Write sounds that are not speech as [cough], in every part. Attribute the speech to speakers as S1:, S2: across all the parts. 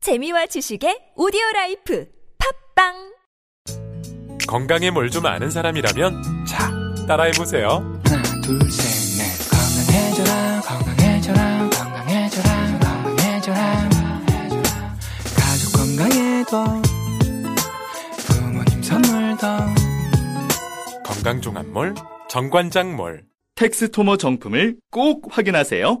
S1: 재미와 지식의 오디오 라이프 팝빵
S2: 건강에 뭘 좀 아는 사람이라면 자 따라해보세요
S3: 하나 둘셋넷 건강해져라 건강해져라 건강해져라 건강해져라 가족 건강에도 부모님 선물도
S2: 건강종합몰 정관장몰
S4: 텍스토머 정품을 꼭 확인하세요.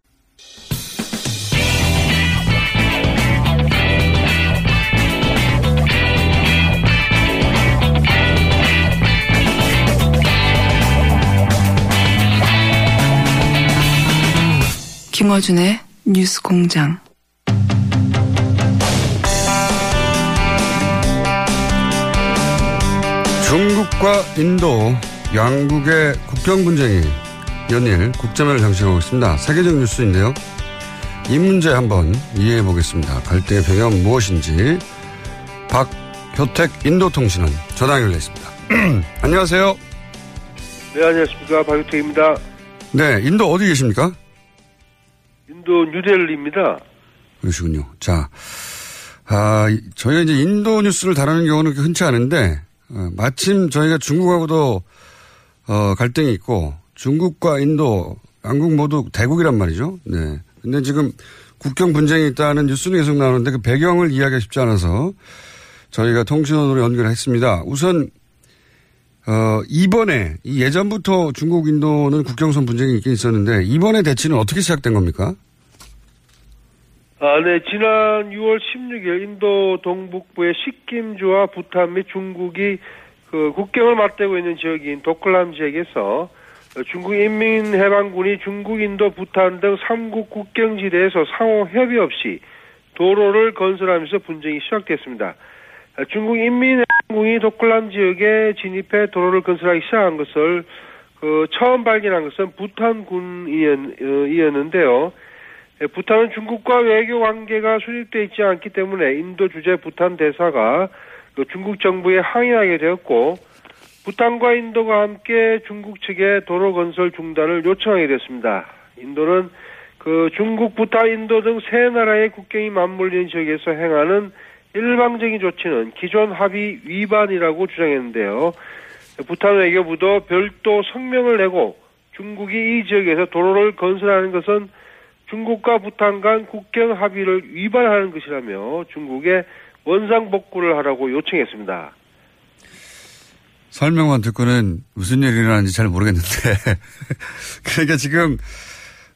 S5: 김어준의 뉴스 공장.
S6: 중국과 인도 양국의 국경 분쟁이 연일 국제면을 장식하고 있습니다. 세계적 뉴스인데요. 이 문제 한번 이해해 보겠습니다. 갈등의 배경 무엇인지 박효택 인도통신원 전화 연결했습니다. [clears throat] 안녕하세요.
S7: 네, 안녕하십니까. 박유택입니다.
S6: 네, 인도 어디 계십니까?
S7: 인도 뉴델리입니다.
S6: 그러시군요. 자, 아, 이- 저희가 이제 인도 뉴스를 다루는 경우는 그렇게 흔치 않은데, 어, 마침 저희가 중국하고도, 어, 갈등이 있고, 중국과 인도, 양국 모두 대국이란 말이죠. 네. 근데 지금 국경 분쟁이 있다는 뉴스는 계속 나오는데 그 배경을 이해하기 쉽지 않아서 저희가 통신원으로 연결했습니다. 우선, 어, 이번에, 이 예전부터 중국, 인도는 국경선 분쟁이 있긴 있었는데, 이번에 대치는 어떻게 시작된 겁니까?
S7: 아, 네. 지난 6월 16일 인도 동북부의 식김주와 부탄 및 중국이 그 국경을 맞대고 있는 지역인 도클람 지역에서 어, 중국 인민해방군이 중국, 인도, 부탄 등 3국 국경지대에서 상호 협의 없이 도로를 건설하면서 분쟁이 시작됐습니다. 아, 중국 인민해방군이 도클람 지역에 진입해 도로를 건설하기 시작한 것을 그 처음 발견한 것은 어, 부탄군이었는데요. 예, 부탄은 중국과 외교 관계가 수립돼 있지 않기 때문에 인도 주재 부탄 대사가 그 중국 정부에 항의하게 되었고 부탄과 인도가 함께 중국 측에 도로 건설 중단을 요청하게 됐습니다. 인도는 그 중국, 부탄, 인도 등 세 나라의 국경이 맞물리는 지역에서 행하는 일방적인 조치는 기존 합의 위반이라고 주장했는데요. 부탄 외교부도 별도 성명을 내고 중국이 이 지역에서 도로를 건설하는 것은 중국과 부탄 간 국경 합의를 위반하는 것이라며 중국에 원상 복구를 하라고 요청했습니다.
S6: 설명만 듣고는 무슨 일이 일어나는지 잘 모르겠는데. [laughs] 그러니까 지금,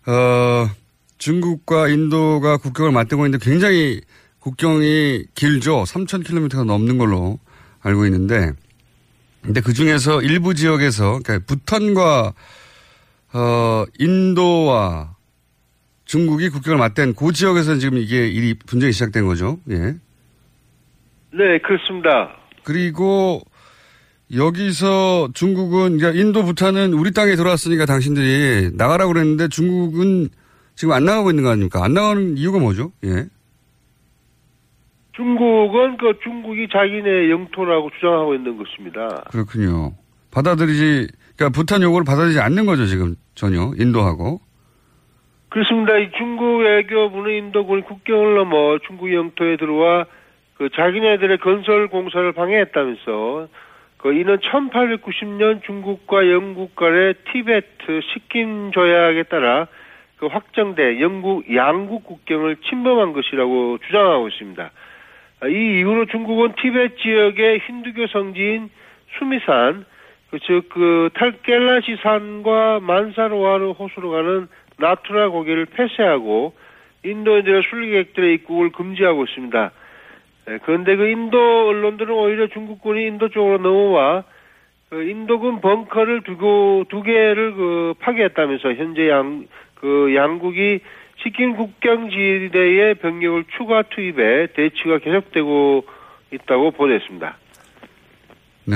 S6: 어, 중국과 인도가 국경을 맞대고 있는데 굉장히 국경이 길죠. 3,000km가 넘는 걸로 알고 있는데. 근데 그 중에서 일부 지역에서, 그러니까 부탄과, 어, 인도와 중국이 국경을 맞댄 그 지역에서 지금 이게 일이, 분쟁이 시작된 거죠. 예.
S7: 네, 그렇습니다.
S6: 그리고 여기서 중국은 그러니까 인도 부탄은 우리 땅에 들어왔으니까 당신들이 나가라고 그랬는데 중국은 지금 안 나가고 있는 거 아닙니까? 안 나가는 이유가 뭐죠? 예.
S7: 중국은 그 중국이 자기네 영토라고 주장하고 있는 것입니다.
S6: 그렇군요. 받아들이지 그러니까 부탄 요구를 받아들이지 않는 거죠, 지금 전혀 인도하고.
S7: 그렇습니다. 이 중국 외교부는 인도군이 국경을 넘어 중국 영토에 들어와 그 자기네들의 건설 공사를 방해했다면서 그 이는 1890년 중국과 영국 간의 티베트 식긴 조약에 따라 그 확정된 영국 양국 국경을 침범한 것이라고 주장하고 있습니다. 아, 이 이후로 중국은 티베트 지역의 힌두교 성지인 수미산, 그 즉, 그, 탈켈라시산과 만사로와르 호수로 가는 나투라 고개를 폐쇄하고 인도인들의 순례객들의 입국을 금지하고 있습니다. 예, 그런데 그 인도 언론들은 오히려 중국군이 인도 쪽으로 넘어와 그 인도군 벙커를 두고 두 개를 그 파괴했다면서 현재 양 그 양국이 치킨 국경 지대에 병력을 추가 투입해 대치가 계속되고 있다고 보도했습니다.
S6: 네.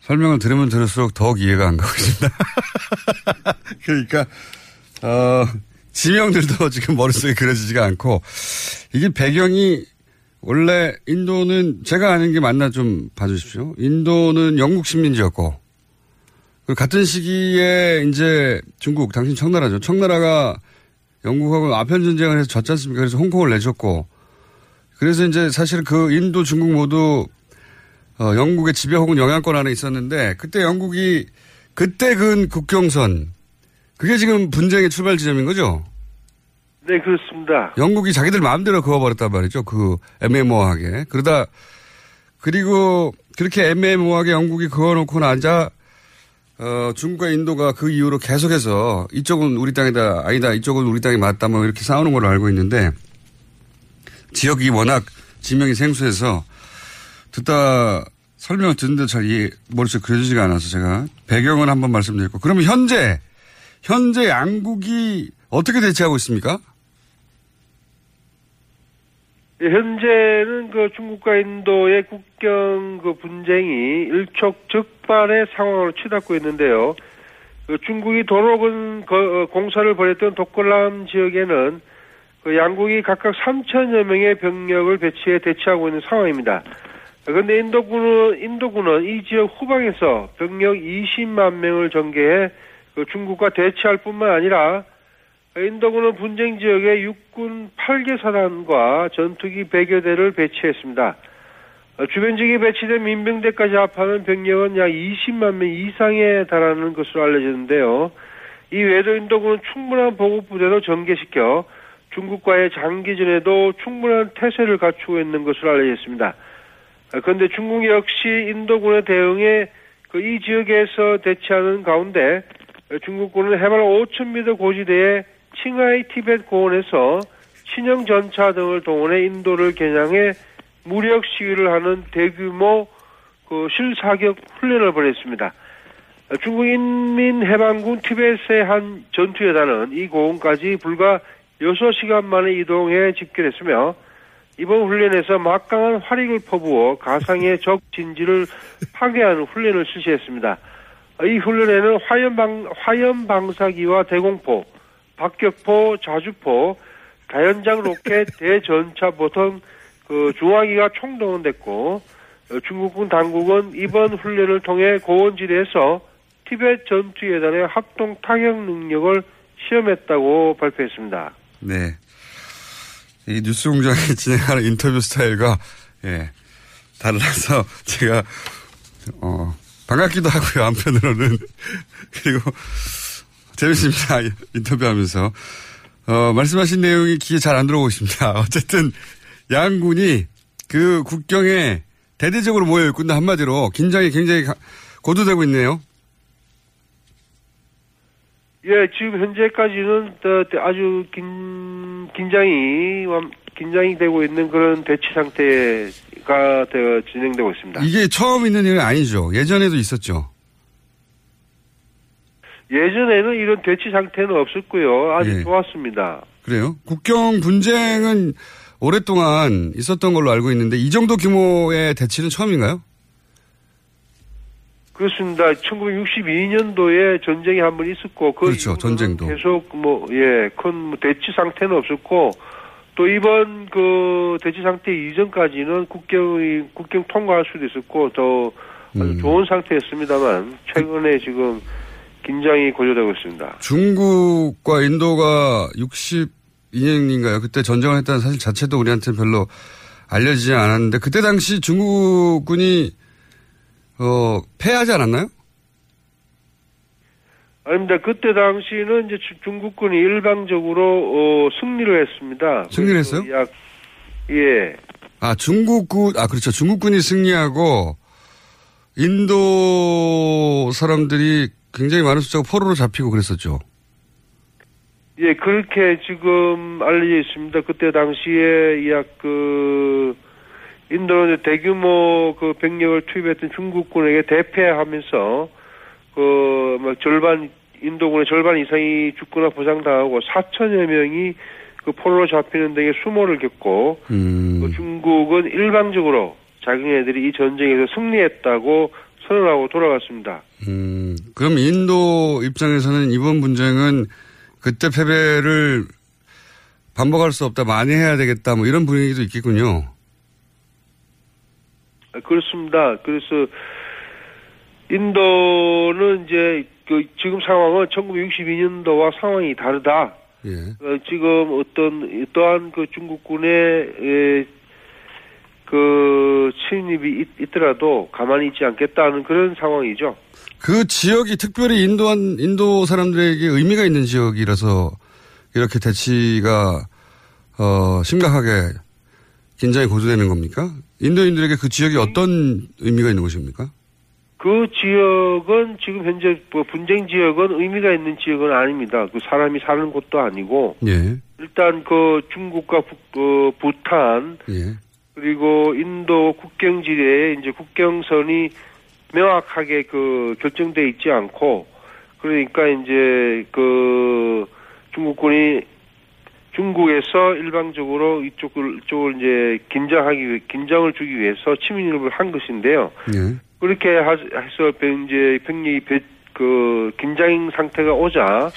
S6: 설명을 들으면 들을수록 더욱 이해가 안 가고 있습니다. [laughs] 그러니까, 어, 지명들도 지금 머릿속에 그려지지가 않고, 이게 배경이, 원래 인도는, 제가 아는 게 맞나 좀 봐주십시오. 인도는 영국 식민지였고, 그리고 같은 시기에 이제 중국, 당신 청나라죠. 청나라가 영국하고 아편 전쟁을 해서 졌지 않습니까? 그래서 홍콩을 내줬고, 그래서 이제 사실 그 인도, 중국 모두 어, 영국의 지배 혹은 영향권 안에 있었는데 그때 영국이 그때 그은 국경선 그게 지금 분쟁의 출발 지점인 거죠.
S7: 네 그렇습니다.
S6: 영국이 자기들 마음대로 그어버렸단 말이죠. 그 애매모호하게 그러다 그리고 그렇게 애매모호하게 영국이 그어놓고 나자 어, 중국과 인도가 그 이후로 계속해서 이쪽은 우리 땅이다 아니다 이쪽은 우리 땅이 맞다 뭐 이렇게 싸우는 걸로 알고 있는데 지역이 워낙 지명이 생소해서 듣다 설명을 듣는데 잘 이해, 머릿속에 그려지지가 않아서 제가 배경을 한번 말씀드렸고. 그러면 현재, 현재 양국이 어떻게 대치하고 있습니까?
S7: 예, 현재는 그 중국과 인도의 국경 그 분쟁이 일촉즉발의 상황으로 치닫고 있는데요. 그 중국이 도로군 거- 어, 공사를 벌였던 독골람 지역에는 그 양국이 각각 3천여 명의 병력을 배치해 대치하고 있는 상황입니다. 그런데 인도군은 인도군은 이 지역 후방에서 병력 20만 명을 전개해 그 중국과 대치할 뿐만 아니라 인도군은 분쟁 지역에 육군 8개 사단과 전투기 100여 대를 배치했습니다. 어, 주변 지역에 배치된 민병대까지 합하면 병력은 약 20만 명 이상에 달하는 것으로 알려졌는데요. 이 외에도 인도군은 충분한 보급 부대도 전개시켜 중국과의 장기전에도 충분한 태세를 갖추고 있는 것으로 알려졌습니다. 아, 그런데 중국 역시 인도군의 대응에 그 이 지역에서 대치하는 가운데 어, 중국군은 해발 5,000m 고지대의 칭하이 티벳 고원에서 신형 전차 등을 동원해 인도를 겨냥해 무력 시위를 하는 대규모 그 실사격 훈련을 벌였습니다. 어, 중국 인민해방군 티벳의 한 전투여단은 이 고원까지 불과 6시간 만에 이동해 집결했으며 이번 훈련에서 막강한 화력을 퍼부어 가상의 적 진지를 파괴하는 훈련을 실시했습니다. 이 훈련에는 화염방, 화염방사기와 대공포, 박격포, 자주포, 다연장 로켓, [laughs] 대전차 보통 그 중화기가 총동원됐고 어, 중국군 당국은 이번 훈련을 통해 고원지대에서 티벳 전투예단의 합동 타격 능력을 시험했다고 발표했습니다.
S6: 네. 이 뉴스 공장이 [laughs] 진행하는 인터뷰 스타일과, 예, 달라서 [laughs] 제가, 어, 반갑기도 하고요, 한편으로는. [laughs] 그리고, 재밌습니다, [laughs] 인터뷰하면서. 어, 말씀하신 내용이 귀에 잘 안 들어오고 있습니다. [laughs] 어쨌든, 양군이 그 국경에 대대적으로 모여있군요, 한마디로. 긴장이 굉장히 가- 고조되고 있네요.
S7: 예, 지금 현재까지는 어, 아주 긴, 긴장이, 완- 긴장이 되고 있는 그런 대치 상태가 되어 진행되고 있습니다.
S6: 이게 처음 있는 일은 아니죠. 예전에도 있었죠.
S7: 예전에는 이런 대치 상태는 없었고요. 아주
S6: 예.
S7: 좋았습니다.
S6: 그래요? 국경 분쟁은 오랫동안 있었던 걸로 알고 있는데 이 정도 규모의 대치는 처음인가요?
S7: 그렇습니다. 1962년도에 전쟁이 한 번 있었고, 그
S6: 그렇죠,
S7: 이후로는
S6: 전쟁도.
S7: 계속 뭐, 예, 큰 대치 상태는 없었고, 또 이번 그 대치 상태 이전까지는 국경이, 국경 통과할 수도 있었고, 더 아주
S6: 음.
S7: 좋은 상태였습니다만,
S6: 그
S7: 최근에 지금 긴장이 고조되고 있습니다.
S6: 중국과 인도가 62년인가요? 그때 전쟁을 했다는 사실 자체도 우리한테는 별로 알려지지 않았는데 그때 당시 중국군이 어, 패하지 않았나요?
S7: 아닙니다. 그때 당시는 이제 주- 중국군이 일방적으로, 어, 승리를 했습니다.
S6: 승리를 했어요?
S7: 그래서 약, 예.
S6: 아, 중국군, 아, 그렇죠. 중국군이 승리하고 인도 사람들이 굉장히 많은 숫자가 포로로 잡히고 그랬었죠.
S7: 예, 그렇게 지금 알려져 있습니다. 그때 당시에 약 그, 인도는 이제 대규모 그 병력을 투입했던 중국군에게 대패하면서 그막 뭐 절반 인도군의 절반 이상이 죽거나 부상당하고 4천여 명이 그 포로로 잡히는 등의 수모를 겪고 그
S6: 음,
S7: 중국은 일방적으로 자기네들이 이 전쟁에서 승리했다고 선언하고 돌아갔습니다.
S6: 음, 그럼 인도 입장에서는 이번 분쟁은 그때 패배를 반복할 수 없다, 만회해야 되겠다, 뭐 이런 분위기도 있겠군요.
S7: 아, 그렇습니다. 그래서 인도는 이제 그 지금 상황은 1962년도와 상황이 다르다.
S6: 예.
S7: 어, 지금 어떤 또한 그 중국군의 에, 그 침입이 있, 있더라도 가만히 있지 않겠다는 그런 상황이죠.
S6: 그 지역이 특별히 인도한 인도 사람들에게 의미가 있는 지역이라서 이렇게 대치가 어 심각하게 긴장이 고조되는 겁니까? 인도인들에게 그 지역이 어떤 의미가 있는 곳입니까?
S7: 그 지역은 지금 현재 뭐 분쟁 지역은 의미가 있는 지역은 아닙니다. 그 사람이 사는 곳도 아니고
S6: 예,
S7: 일단 그 중국과 북, 그 부탄
S6: 예,
S7: 그리고 인도 국경 지대에 이제 국경선이 명확하게 그 결정돼 있지 않고 그러니까 이제 그 중국군이 중국에서 일방적으로 이쪽을 쪽을 이제 긴장하기 위- 긴장을 주기 위해서 침입을 한 것인데요.
S6: 예.
S7: 그렇게 하- 해서 병- 이제 병력이 배- 그 긴장 상태가 오자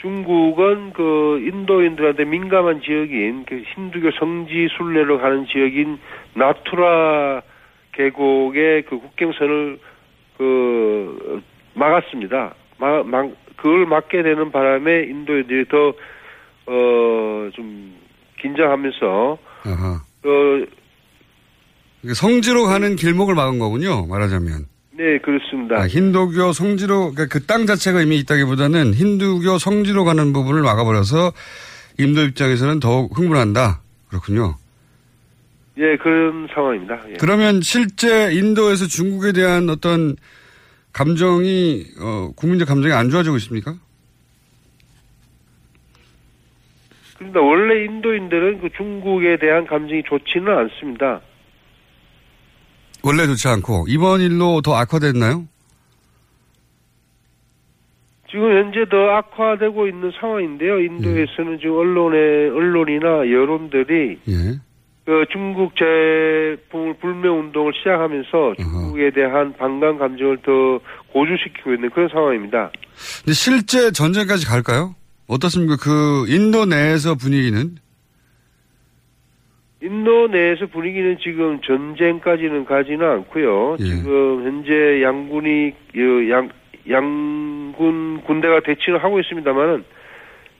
S7: 중국은 그 인도인들한테 민감한 지역인 그 힌두교 성지 순례로 가는 지역인 나투라 계곡의 그 국경선을 그 막았습니다. 막, 막 그걸 막게 되는 바람에 인도인들이 더어좀 긴장하면서
S6: 아하.
S7: 어
S6: 이게 성지로 가는 길목을 막은 거군요. 말하자면
S7: 네 그렇습니다.
S6: 아, 힌두교 성지로 그 땅 자체가 의미 있다기보다는 힌두교 성지로 가는 부분을 막아버려서 인도 입장에서는 더욱 흥분한다. 그렇군요.
S7: 예 그런 상황입니다. 예.
S6: 그러면 실제 인도에서 중국에 대한 어떤 감정이 어, 국민적 감정이 안 좋아지고 있습니까?
S7: 그러니까 원래 인도인들은 그 중국에 대한 감정이 좋지는 않습니다.
S6: 원래 좋지 않고 이번 일로 더 악화됐나요?
S7: 지금 현재 더 악화되고 있는 상황인데요. 인도에서는 지금 언론의 언론이나 여론들이
S6: 예.
S7: 그 중국 제품 불매 운동을 시작하면서 중국에 대한 반감 감정을 더 고조시키고 있는 그런 상황입니다.
S6: 근데 실제 전쟁까지 갈까요? 어떻습니까? 그 인도 내에서 분위기는
S7: 인도 내에서 분위기는 지금 전쟁까지는 가지는 않고요.
S6: 예.
S7: 지금 현재 양군이 어, 양 양군 군대가 대치를 하고 있습니다만은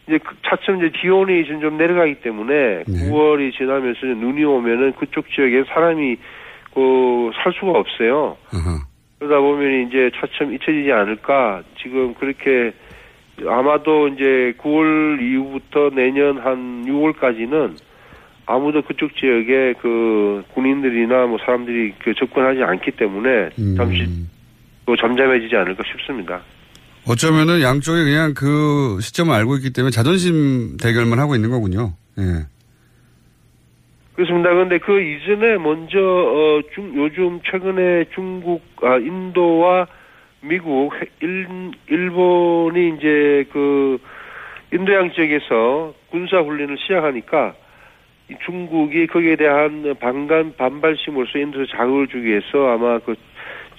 S7: 이제 그 차츰 이제 기온이 지금 좀 내려가기
S6: 네.
S7: 때문에 9월이 지나면서 이제 눈이 오면은 그쪽 지역에 사람이 그살 수가 없어요.
S6: 아하.
S7: 그러다 보면 이제 차츰 잊혀지지 않을까. 지금 그렇게 아마도 이제 9월 이후부터 내년 한 6월까지는 아무도 그쪽 지역에 그 군인들이나 뭐 사람들이 그 접근하지 않기 때문에
S6: 음.
S7: 잠시 또 잠잠해지지 않을까 싶습니다.
S6: 어쩌면은 양쪽이 그냥 그 시점을 알고 있기 때문에 자존심 대결만 하고 있는 거군요. 예.
S7: 그렇습니다. 그런데 그 이전에 먼저 어, 중- 요즘 최근에 중국 아 인도와 미국 해- 일, 일본이 이제 그 인도양 지역에서 군사 훈련을 시작하니까 이 중국이 거기에 대한 반감 반발심으로써 인도에 자극을 주기 위해서 아마 그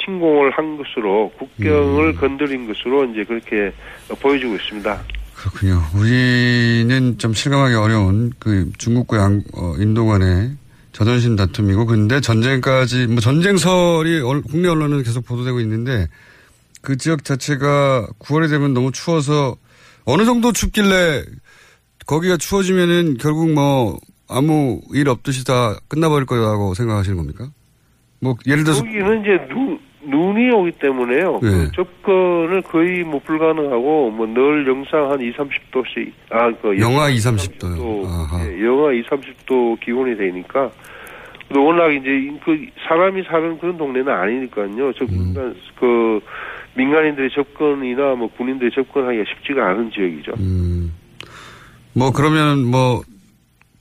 S7: 침공을 한 것으로 국경을 건드린 것으로 이제 그렇게 보여지고 있습니다.
S6: 그렇군요. 우리는 좀 실감하기 어려운 그 중국과 양, 어, 인도 간의 자존심 다툼이고 근데 전쟁까지 뭐 전쟁설이 얼- 국내 언론은 계속 보도되고 있는데 그 지역 자체가 9월이 되면 너무 추워서 어느 정도 춥길래 거기가 추워지면은 결국 뭐 아무 일 없듯이 다 끝나버릴 거라고 생각하시는 겁니까? 뭐 예를 들어서
S7: 여기는 이제 눈, 눈이 오기 때문에요.
S6: 예.
S7: 그 접근을 거의 뭐 불가능하고 뭐 늘 영상 한 2, 30도씩 아 그
S6: 영하 2, 30도요.
S7: 또
S6: 아하.
S7: 예, 영하 2, 30도 기온이 되니까 근데 워낙 이제 그 사람이 사는 그런 동네는 아니니까요. 저
S6: 음.
S7: 민간 그 민간인들의 접근이나 뭐 군인들의 접근하기가 쉽지가 않은 지역이죠.
S6: 음, 뭐 그러면 뭐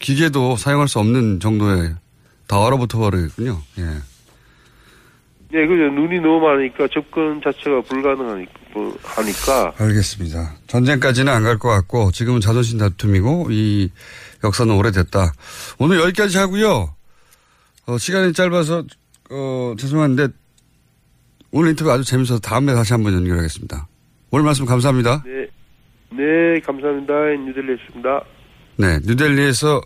S6: 기계도 사용할 수 없는 정도의 다 얼어붙어 버리겠군요. 예.
S7: 예, 그죠. 눈이 너무 많으니까 접근 자체가 불가능하니까 뭐, 하니까
S6: 알겠습니다. 전쟁까지는 안 갈 것 같고 지금은 자존심 다툼이고 이 역사는 오래됐다. 오늘 여기까지 하고요. 어, 시간이 짧아서 어, 죄송한데 오늘 인터뷰 아주 재밌어서 다음에 다시 한번 연결하겠습니다. 오늘 말씀 감사합니다.
S7: 네, 네 감사합니다. 뉴델리였습니다.
S6: 네, 뉴델리에서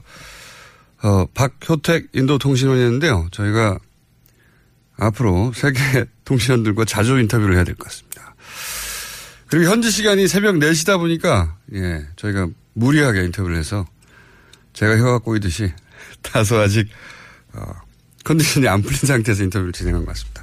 S6: 어, 박효택 인도 통신원이었는데요. 저희가 앞으로 세계 [laughs] 통신원들과 자주 인터뷰를 해야 될 것 같습니다. 그리고 현지 시간이 새벽 4시다 보니까 예, 저희가 무리하게 인터뷰를 해서 제가 혀가 꼬이듯이 [laughs] 다소 아직 어, 컨디션이 안 풀린 상태에서 인터뷰를 진행한 것 같습니다.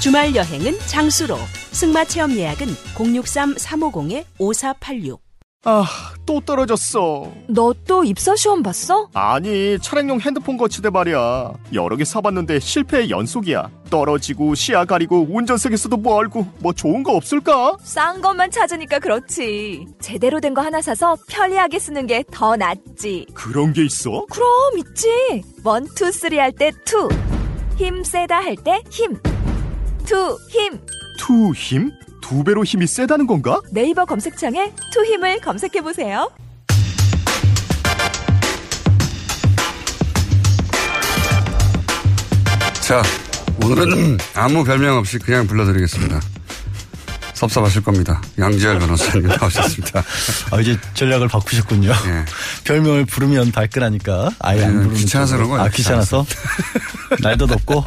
S8: 주말 여행은 장수로. 승마 체험 예약은 063-350-5486.
S9: 아, 또 떨어졌어.
S10: 너 또 입사 시험 봤어?
S9: 아니, 차량용 핸드폰 거치대 말이야. 여러 개 사봤는데 실패의 연속이야. 떨어지고, 시야 가리고, 운전석에서도 뭐 알고, 뭐 좋은 거 없을까?
S10: 싼 것만 찾으니까 그렇지. 제대로 된 거 하나 사서 편리하게 쓰는 게 더 낫지.
S9: 그런 게 있어?
S10: 그럼 있지. 원, 투, 쓰리 할 때 투. 힘 세다 할 때 힘. 투, 힘.
S9: 투 힘? 두 배로 힘이 세다는 건가?
S10: 네이버 검색창에 투 힘을 검색해보세요.
S6: 자, 오늘은 아무 별명 없이 그냥 불러드리겠습니다. 섭섭하실 겁니다. 양지열 변호사님 [laughs] 나오셨습니다.
S11: 아, 이제 전략을 바꾸셨군요.
S6: 예.
S11: [laughs] 별명을 부르면 발끈하니까 아예 안
S6: 음,
S11: 부르는
S6: 귀찮아서
S11: 쪽으로.
S6: 그런 거예요.
S11: 아 귀찮아서 날도 덥고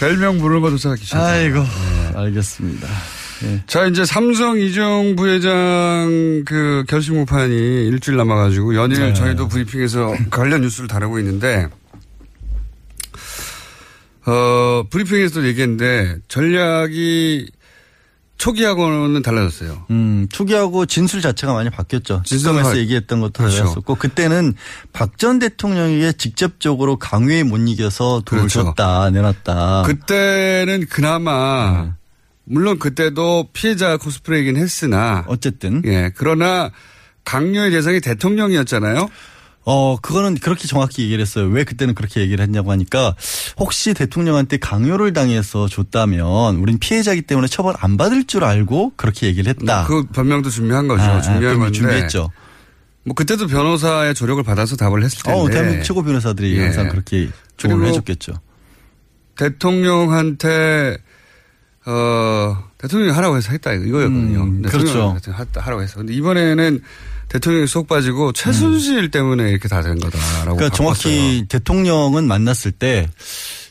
S6: 별명 부르는 것조차 귀찮아요. 예.
S11: 아이고 알겠습니다. 예.
S6: 자, 이제 삼성 이정 부회장 그 결심 공판이 일주일 남아가지고 연일
S11: 네.
S6: 저희도 브리핑에서 관련 뉴스를 다루고 있는데, 어, 브리핑에서도 얘기했는데 전략이 초기하고는 달라졌어요.
S11: 음 투기하고 진술 자체가 많이 바뀌었죠. 네.
S6: 진술은
S11: 지금에서
S6: 할-
S11: 얘기했던 것도
S6: 그렇죠.
S11: 달랐었고 그때는 박 전 대통령에게 직접적으로 강요에 못 이겨서 돈을
S6: 그렇죠.
S11: 줬다 내놨다.
S6: 그때는 그나마,
S11: 음.
S6: 물론 그때도 피해자 코스프레이긴 했으나,
S11: 어쨌든 음?
S6: 예, 그러나 강요의 대상이 대통령이었잖아요.
S11: 어, 그거는 그렇게 정확히 얘기를 했어요. 왜 그때는 그렇게 얘기를 했냐고 하니까 혹시 대통령한테 강요를 당해서 줬다면 우린 피해자이기 때문에 처벌 안 받을 줄 알고 그렇게 얘기를 했다.
S6: 그 변명도 준비한 거죠. 네.
S11: 아,
S6: 준비한
S11: 그럼
S6: 건데.
S11: 준비했죠.
S6: 뭐 그때도 변호사의 조력을 받아서 답을 했을 텐데.
S11: 어, 대한민국 최고 변호사들이
S6: 예.
S11: 항상 그렇게 조언을
S6: 그리고-
S11: 해줬겠죠.
S6: 대통령한테 어 대통령이 하라고 해서 했다 이거- 이거였거든요.
S11: 음,
S6: 대통령이
S11: 그렇죠.
S6: 대통령이 했다- 하라고 해서. 근데 이번에는 대통령이 속 빠지고 최순실 때문에 이렇게 다 된 거다라고.
S11: 음. 그러니까 정확히 대통령은 만났을 때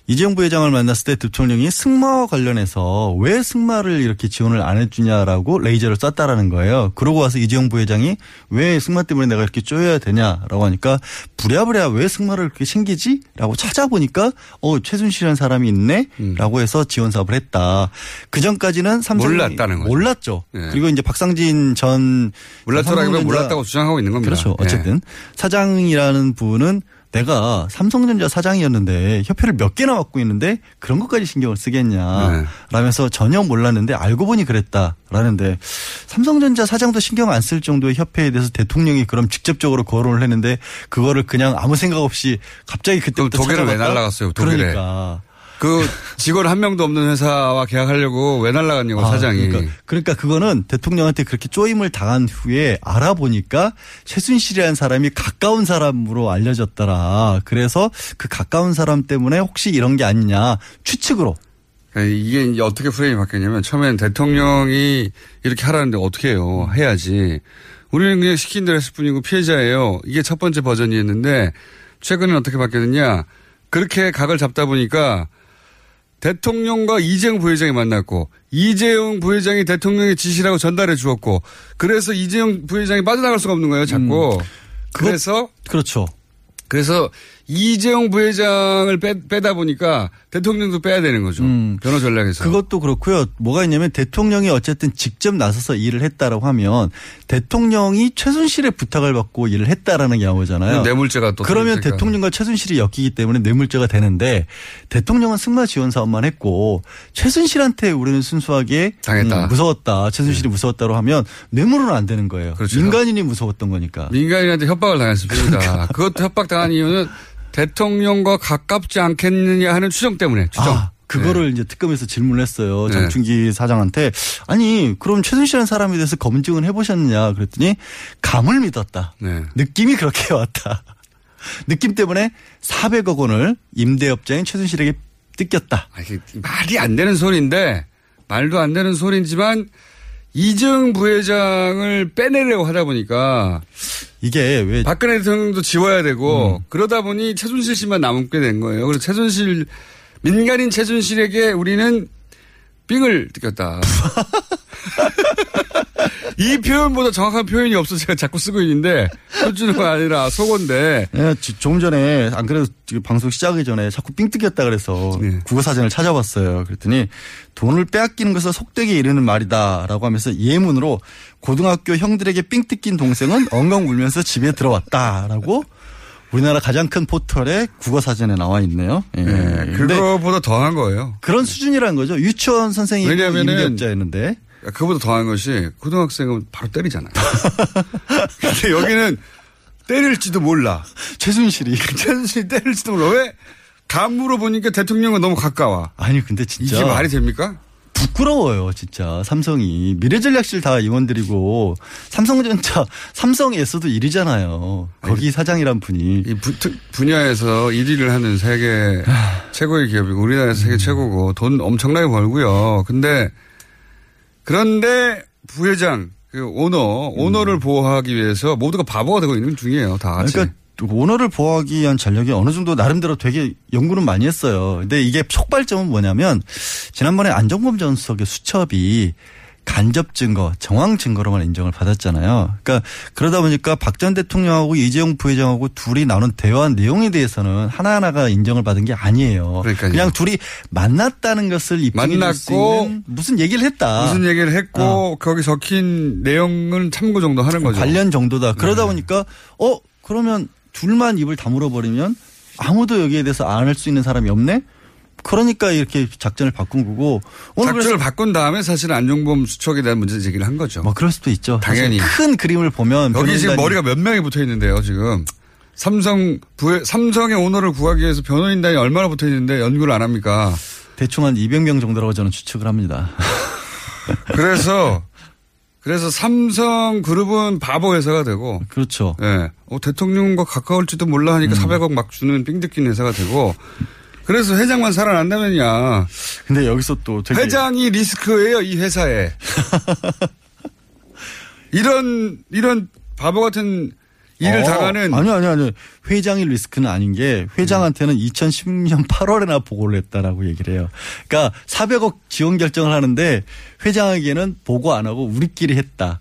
S11: 이재용 부회장을 만났을 때 대통령이 승마와 관련해서 왜 승마를 이렇게 지원을 안 해주냐라고 레이저를 쐈다라는 거예요. 그러고 와서 이재용 부회장이 왜 승마 때문에 내가 이렇게 쪼여야 되냐라고 하니까 부랴부랴 왜 승마를 그렇게 챙기지?라고 찾아보니까 어 최순실이라는 사람이 있네라고 해서 지원 사업을 했다. 그 전까지는 삼성이
S6: 몰랐다는 거죠.
S11: 몰랐죠.
S6: 예.
S11: 그리고 이제 박상진 전
S6: 몰랐더라면
S11: 삼성전자-
S6: 몰랐다고 주장하고 있는 겁니다.
S11: 그렇죠.
S6: 예.
S11: 어쨌든 사장이라는 분은 내가 삼성전자 사장이었는데 협회를 몇 개나 맡고 있는데 그런 것까지 신경을 쓰겠냐
S6: 네.
S11: 라면서 전혀 몰랐는데 알고 보니 그랬다라는데 삼성전자 사장도 신경 안 쓸 정도의 협회에 대해서 대통령이 그럼 직접적으로 거론을 했는데 그거를 그냥 아무 생각 없이 갑자기 그때부터
S6: 그럼 독일을 왜
S11: 찾아갔다?
S6: 날라갔어요, 독일에?
S11: 그러니까
S6: 그 직원 한 명도 없는 회사와 계약하려고 왜 날라갔냐고
S11: 아,
S6: 어, 사장이.
S11: 그러니까, 그러니까 그거는 대통령한테 그렇게 쪼임을 당한 후에 알아보니까 최순실이라는 사람이 가까운 사람으로 알려졌더라. 그래서 그 가까운 사람 때문에 혹시 이런 게 아니냐 추측으로.
S6: 그러니까 이게 이제 어떻게 프레임이 바뀌었냐면 처음엔 대통령이 이렇게 하라는데 어떻게 해요? 해야지. 우리는 그냥 시킨 대로 했을 뿐이고 피해자예요. 이게 첫 번째 버전이었는데 최근엔 어떻게 바뀌었느냐. 그렇게 각을 잡다 보니까 대통령과 이재용 부회장이 만났고 이재용 부회장이 대통령의 지시라고 전달해 주었고 그래서 이재용 부회장이 빠져나갈 수가 없는 거예요. 자꾸.
S11: 음. 그거-
S6: 그래서
S11: 그렇죠.
S6: 그래서 이재용 부회장을 빼, 다 보니까 대통령도 빼야 되는 거죠. 변호
S11: 음.
S6: 전략에서.
S11: 그것도 그렇고요. 뭐가 있냐면 대통령이 어쨌든 직접 나서서 일을 했다라고 하면 대통령이 최순실의 부탁을 받고 일을 했다라는 게 나오잖아요.
S6: 네, 뇌물죄가 또
S11: 그러면
S6: 들어오니까.
S11: 대통령과 최순실이 엮이기 때문에 뇌물죄가 되는데 대통령은 승마 지원 사업만 했고 최순실한테 우리는 순수하게 당했다. 무서웠다.
S6: 네.
S11: 최순실이 무서웠다고 하면 뇌물은 안 되는 거예요. 민간인이 무서웠던 거니까.
S6: 그렇죠.
S11: 그러니까.
S6: 민간인한테 협박을 당했습니다. 그것도 협박당한 이유는 대통령과 가깝지 않겠느냐 하는 추정 때문에. 추정.
S11: 아, 그거를 이제 특검에서 질문했어요.
S6: 네.
S11: 장충기 사장한테 아니 그럼 최순실이라는 사람에 대해서 검증은 해보셨느냐 그랬더니 감을 믿었다.
S6: 네.
S11: 느낌이 그렇게 [laughs] 왔다. 느낌 때문에 400억 원을 임대업자인 최순실에게 뜯겼다.
S6: 아, 말이 안 되는 소리인데 말도 안 되는 소리지만 이재용 부회장을 빼내려고 하다 보니까
S11: 이게 왜 음.
S6: 박근혜 대통령도 지워야 되고 그러다 보니 최순실 씨만 남게 된 거예요. 그래서 최순실 민간인 최순실에게 우리는 삥을
S11: [laughs]
S6: 뜯겼다. 이 표현보다 정확한 표현이 없어 제가 자꾸 쓰고 있는데 표준어가 아니라 속어인데
S11: 예, 지- 조금 전에 안 그래도 지금 방송 시작하기 전에 자꾸 삥 뜯겼다 그래서 국어사전을 찾아봤어요. 그랬더니 돈을 빼앗기는 것을 속되게 이르는 말이다라고 하면서 예문으로 고등학교 형들에게 삥 뜯긴 동생은 엉엉 울면서 집에 들어왔다라고 우리나라 가장 큰 포털의 국어사전에 나와 있네요. 예. 근데
S6: 그거보다 더한 거예요.
S11: 그런 수준이라는 거죠. 유치원 선생이
S6: 왜냐면은
S11: 임대업자였는데
S6: 그보다 더한 것이 고등학생은 바로 때리잖아요.
S11: [laughs]
S6: 근데 여기는 때릴지도 몰라.
S11: 최순실이.
S6: [laughs] 최순실이 때릴지도 몰라. 왜? 감으로 보니까 대통령은 너무 가까워.
S11: 아니 근데 진짜
S6: 이게 말이 됩니까?
S11: 부끄러워요, 진짜. 삼성이. 미래전략실 다 임원들이고, 삼성전자, 삼성에서도 1위잖아요. 거기 사장이란 분이.
S6: 이 부, 분야에서 1위를 하는 세계 최고의 기업이고 우리나라에서
S11: 음.
S6: 세계 최고고 돈 엄청나게 벌고요. 근데 그런데 부회장 그 오너 오너를 보호하기 위해서 모두가 바보가 되고 있는 중이에요. 다 같이.
S11: 음. 그러니까 오너를 보호하기 위한 전략이 어느 정도 나름대로 되게 연구는 많이 했어요. 근데 이게 촉발점은 뭐냐면, 지난번에 안정범 전 수석의 수첩이 간접 증거, 정황 증거로만 인정을 받았잖아요. 그러니까 그러다 보니까 박 전 대통령하고 이재용 부회장하고 둘이 나눈 대화 내용에 대해서는 하나하나가 인정을 받은 게 아니에요. 그냥 둘이 만났다는 것을 입증해 수
S6: 만났고
S11: 있는 아. 무슨 얘기를 했다.
S6: 무슨 얘기를 했고 거기 적힌 내용은 참고 정도 하는 거죠.
S11: 관련
S6: 네.
S11: 정도다. 그러다 보니까 어 그러면 둘만 입을 다물어 버리면 아무도 여기에 대해서 안 할 수 있는 사람이 없네. 그러니까 이렇게 작전을 바꾼 거고 오늘
S6: 작전을
S11: 그래서
S6: 바꾼 다음에 사실은 안종범 수척에 대한 문제 제기를 한 거죠. 뭐
S11: 그럴 수도 있죠.
S6: 당연히
S11: 큰 그림을 보면
S6: 여기 지금
S11: 변호인단이-
S6: 머리가 몇 명이 붙어 있는데요. 지금 삼성 부회, 삼성의 오너를 구하기 위해서 변호인단이 얼마나 붙어 있는데 연구를 안 합니까?
S11: 대충 한 200명 정도라고 저는 추측을 합니다. [laughs]
S6: 그래서 그래서 삼성 그룹은 바보 회사가 되고
S11: 그렇죠.
S6: 예. 어, 대통령과 가까울지도 몰라
S11: 음.
S6: 하니까 400억 막 주는 삥뜯긴 회사가 되고 그래서 회장만 살아난다면야.
S11: 근데 여기서 또 되게-
S6: 회장이 리스크예요 이 회사에.
S11: [laughs]
S6: 이런 이런 바보 같은 일을
S11: 어,
S6: 당하는
S11: 아니 아니 아니 회장이 리스크는 아닌 게
S6: 음.
S11: 회장한테는 2016년 8월에나 보고를 했다라고 얘기를 해요. 그러니까 400억 지원 결정을 하는데 회장에게는 보고 안 하고 우리끼리 했다.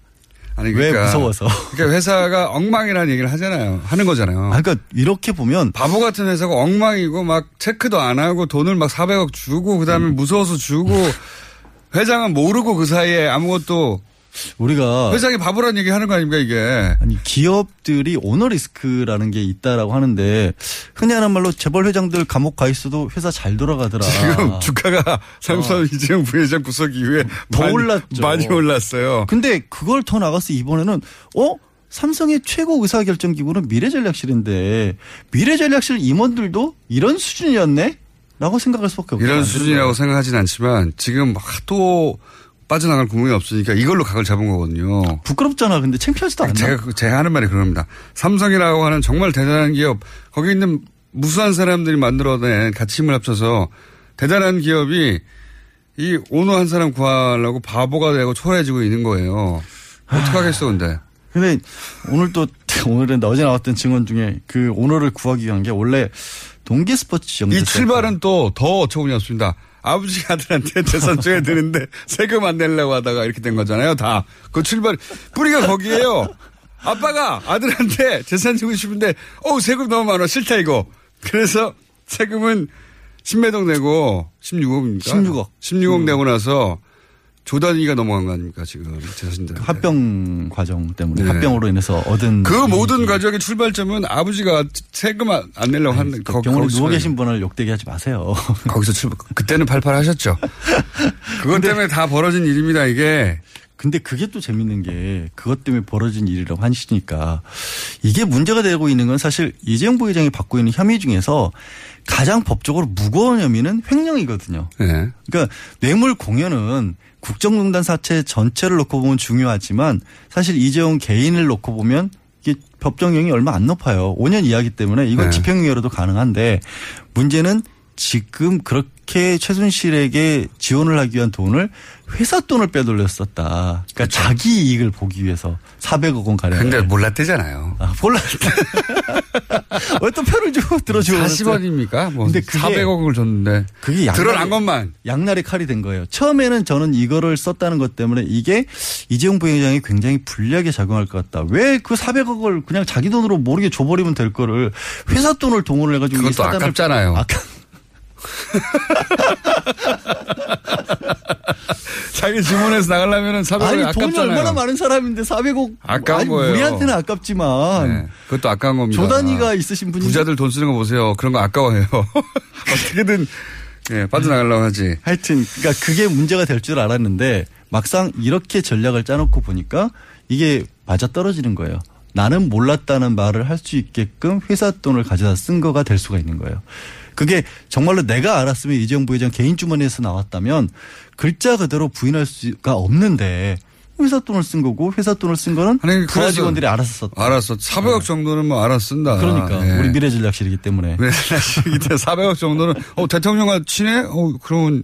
S6: 아니,
S11: 왜
S6: 그러니까-
S11: 무서워서?
S6: 그러니까 회사가 엉망이라는 얘기를 하잖아요. 하는 거잖아요.
S11: 그러니까 이렇게 보면
S6: 바보 같은 회사가 엉망이고 막 체크도 안 하고 돈을 막 400억 주고 그다음에
S11: [laughs]
S6: 무서워서 주고 회장은 모르고 그 사이에 아무것도
S11: 우리가
S6: 회장이 바보라는 얘기 하는 거 아닙니까 이게?
S11: 아니 기업들이 오너 리스크라는 게 있다라고 하는데 흔히 하는 말로 재벌 회장들 감옥 가 있어도 회사 잘
S6: 그렇죠.
S11: 돌아가더라.
S6: 지금 주가가 삼성 이재용 부회장 구속 이후에
S11: 더
S6: 많이-
S11: 올랐죠.
S6: 많이 올랐어요.
S11: 근데 그걸 더 나가서 이번에는 어? 삼성의 최고 의사결정 기구는 미래전략실인데 미래전략실 임원들도 이런 수준이었네? 라고 생각할 수밖에 없어요.
S6: 이런 수준이라고 생각하진 않지만 지금 하도 빠져나갈 구멍이 없으니까 이걸로 각을 잡은 거거든요.
S11: 부끄럽잖아. 근데 창피하지도 않나?
S6: 제가, 그- 제가 하는 말이 그런 겁니다. 삼성이라고 하는 정말 대단한 기업, 거기 있는 무수한 사람들이 만들어낸 같이 힘을 합쳐서 대단한 기업이 이 오너 한 사람 구하려고 바보가 되고 초라해지고 있는 거예요. 어떡하겠어, 근데.
S11: 근데 오늘 또 [laughs] 오늘은 어제 나왔던 증언 중에 그 오너를 구하기 위한 게 원래 동계 스포츠
S6: 이
S11: 연구센터
S6: 출발은 또 더 어처구니 없습니다. 아버지가 아들한테 [laughs] 재산 줘야 되는데 세금 안 내려고 하다가 이렇게 된 거잖아요. 다. 그 출발, 뿌리가 어, 거기에요. 아빠가 아들한테 재산 주고 싶은데, 어우, 세금 너무 많아. 싫다, 이거. 그래서 세금은 신매동 내고 16억입니까?
S11: 16억.
S6: 16억 내고 나서 조단위가 넘어간 거 아닙니까 지금 자신들.
S11: 그
S6: 네.
S11: 합병 과정 때문에 합병으로 인해서 얻은
S6: 그
S11: 이익이
S6: 모든 가족의 출발점은 아버지가 세금 안, 안 내려고 하는 거.
S11: 병원에
S6: 거기서
S11: 누워
S6: 출발-
S11: 계신 분을 욕되게 하지 마세요. [laughs]
S6: 거기서 출발. 그때는 팔팔하셨죠. 그것 때문에 다 벌어진 일입니다 이게.
S11: 근데 그게 또 재밌는 게 그것 때문에 벌어진 일이라고 하시니까 이게 문제가 되고 있는 건 사실 이재용 부회장이 받고 있는 혐의 중에서 가장 법적으로 무거운 혐의는 횡령이거든요.
S6: 네.
S11: 그러니까 뇌물 공여는 국정농단 사체 전체를 놓고 보면 중요하지만 사실 이재용 개인을 놓고 보면 이게 법정형이 얼마 안 높아요. 5년 이하기 때문에 이건 집행유예로도 가능한데 문제는 지금 그렇게 최순실에게 지원을 하기 위한 돈을 회사 돈을 빼돌렸었다. 그러니까
S6: 그렇죠.
S11: 자기 이익을 보기 위해서 400억 원 가량.
S6: 근데 몰랐대잖아요.
S11: 아, 몰랐대. [laughs] 왜또 표를 주고 [laughs] 들어주고.
S6: 40원입니까? 뭐 400억을 줬는데.
S11: 그게 양날의-
S6: 드러난 것만.
S11: 양날의 칼이 된 거예요. 처음에는 저는 이거를 썼다는 것 때문에 이게 이재용 부회장이 굉장히 불리하게 작용할 것 같다. 왜 그 400억을 그냥 자기 돈으로 모르게 줘버리면 될 거를 회사 돈을 동원을 해가지고 이
S6: 그것도
S11: 사단을-
S6: 아깝잖아요.
S11: 아까
S6: [laughs] 자기 주문해서 나가려면 400억이
S11: 아니 돈이
S6: 아깝잖아요.
S11: 얼마나 많은 사람인데 400억
S6: 아까운
S11: 아니,
S6: 거예요.
S11: 우리한테는 아깝지만
S6: 네, 그것도 아까운 겁니다.
S11: 조단위가 있으신 분이
S6: 부자들 돈 쓰는 거 보세요. 그런 거 아까워해요. [laughs] 어떻게든 예, 빠져나가려고 하지.
S11: 하여튼 그러니까 그게 문제가 될 줄 알았는데 막상 이렇게 전략을 짜놓고 보니까 이게 맞아 떨어지는 거예요. 나는 몰랐다는 말을 할 수 있게끔 회사 돈을 가져다 쓴 거가 될 수가 있는 거예요. 그게 정말로 내가 알았으면 이재용 부회장 개인 주머니에서 나왔다면 글자 그대로 부인할 수가 없는데 회사 돈을 쓴 거고 회사 돈을 쓴 거는 부하
S6: 그래서-
S11: 직원들이 알아서 썼다.
S6: 알았어. 400억 정도는 뭐 알아 쓴다.
S11: 네. 그러니까
S6: 예.
S11: 우리 미래전략실이기 때문에
S6: 네, [laughs] 사실 이때 400억 정도는 어 대통령과 친해? 어 그러면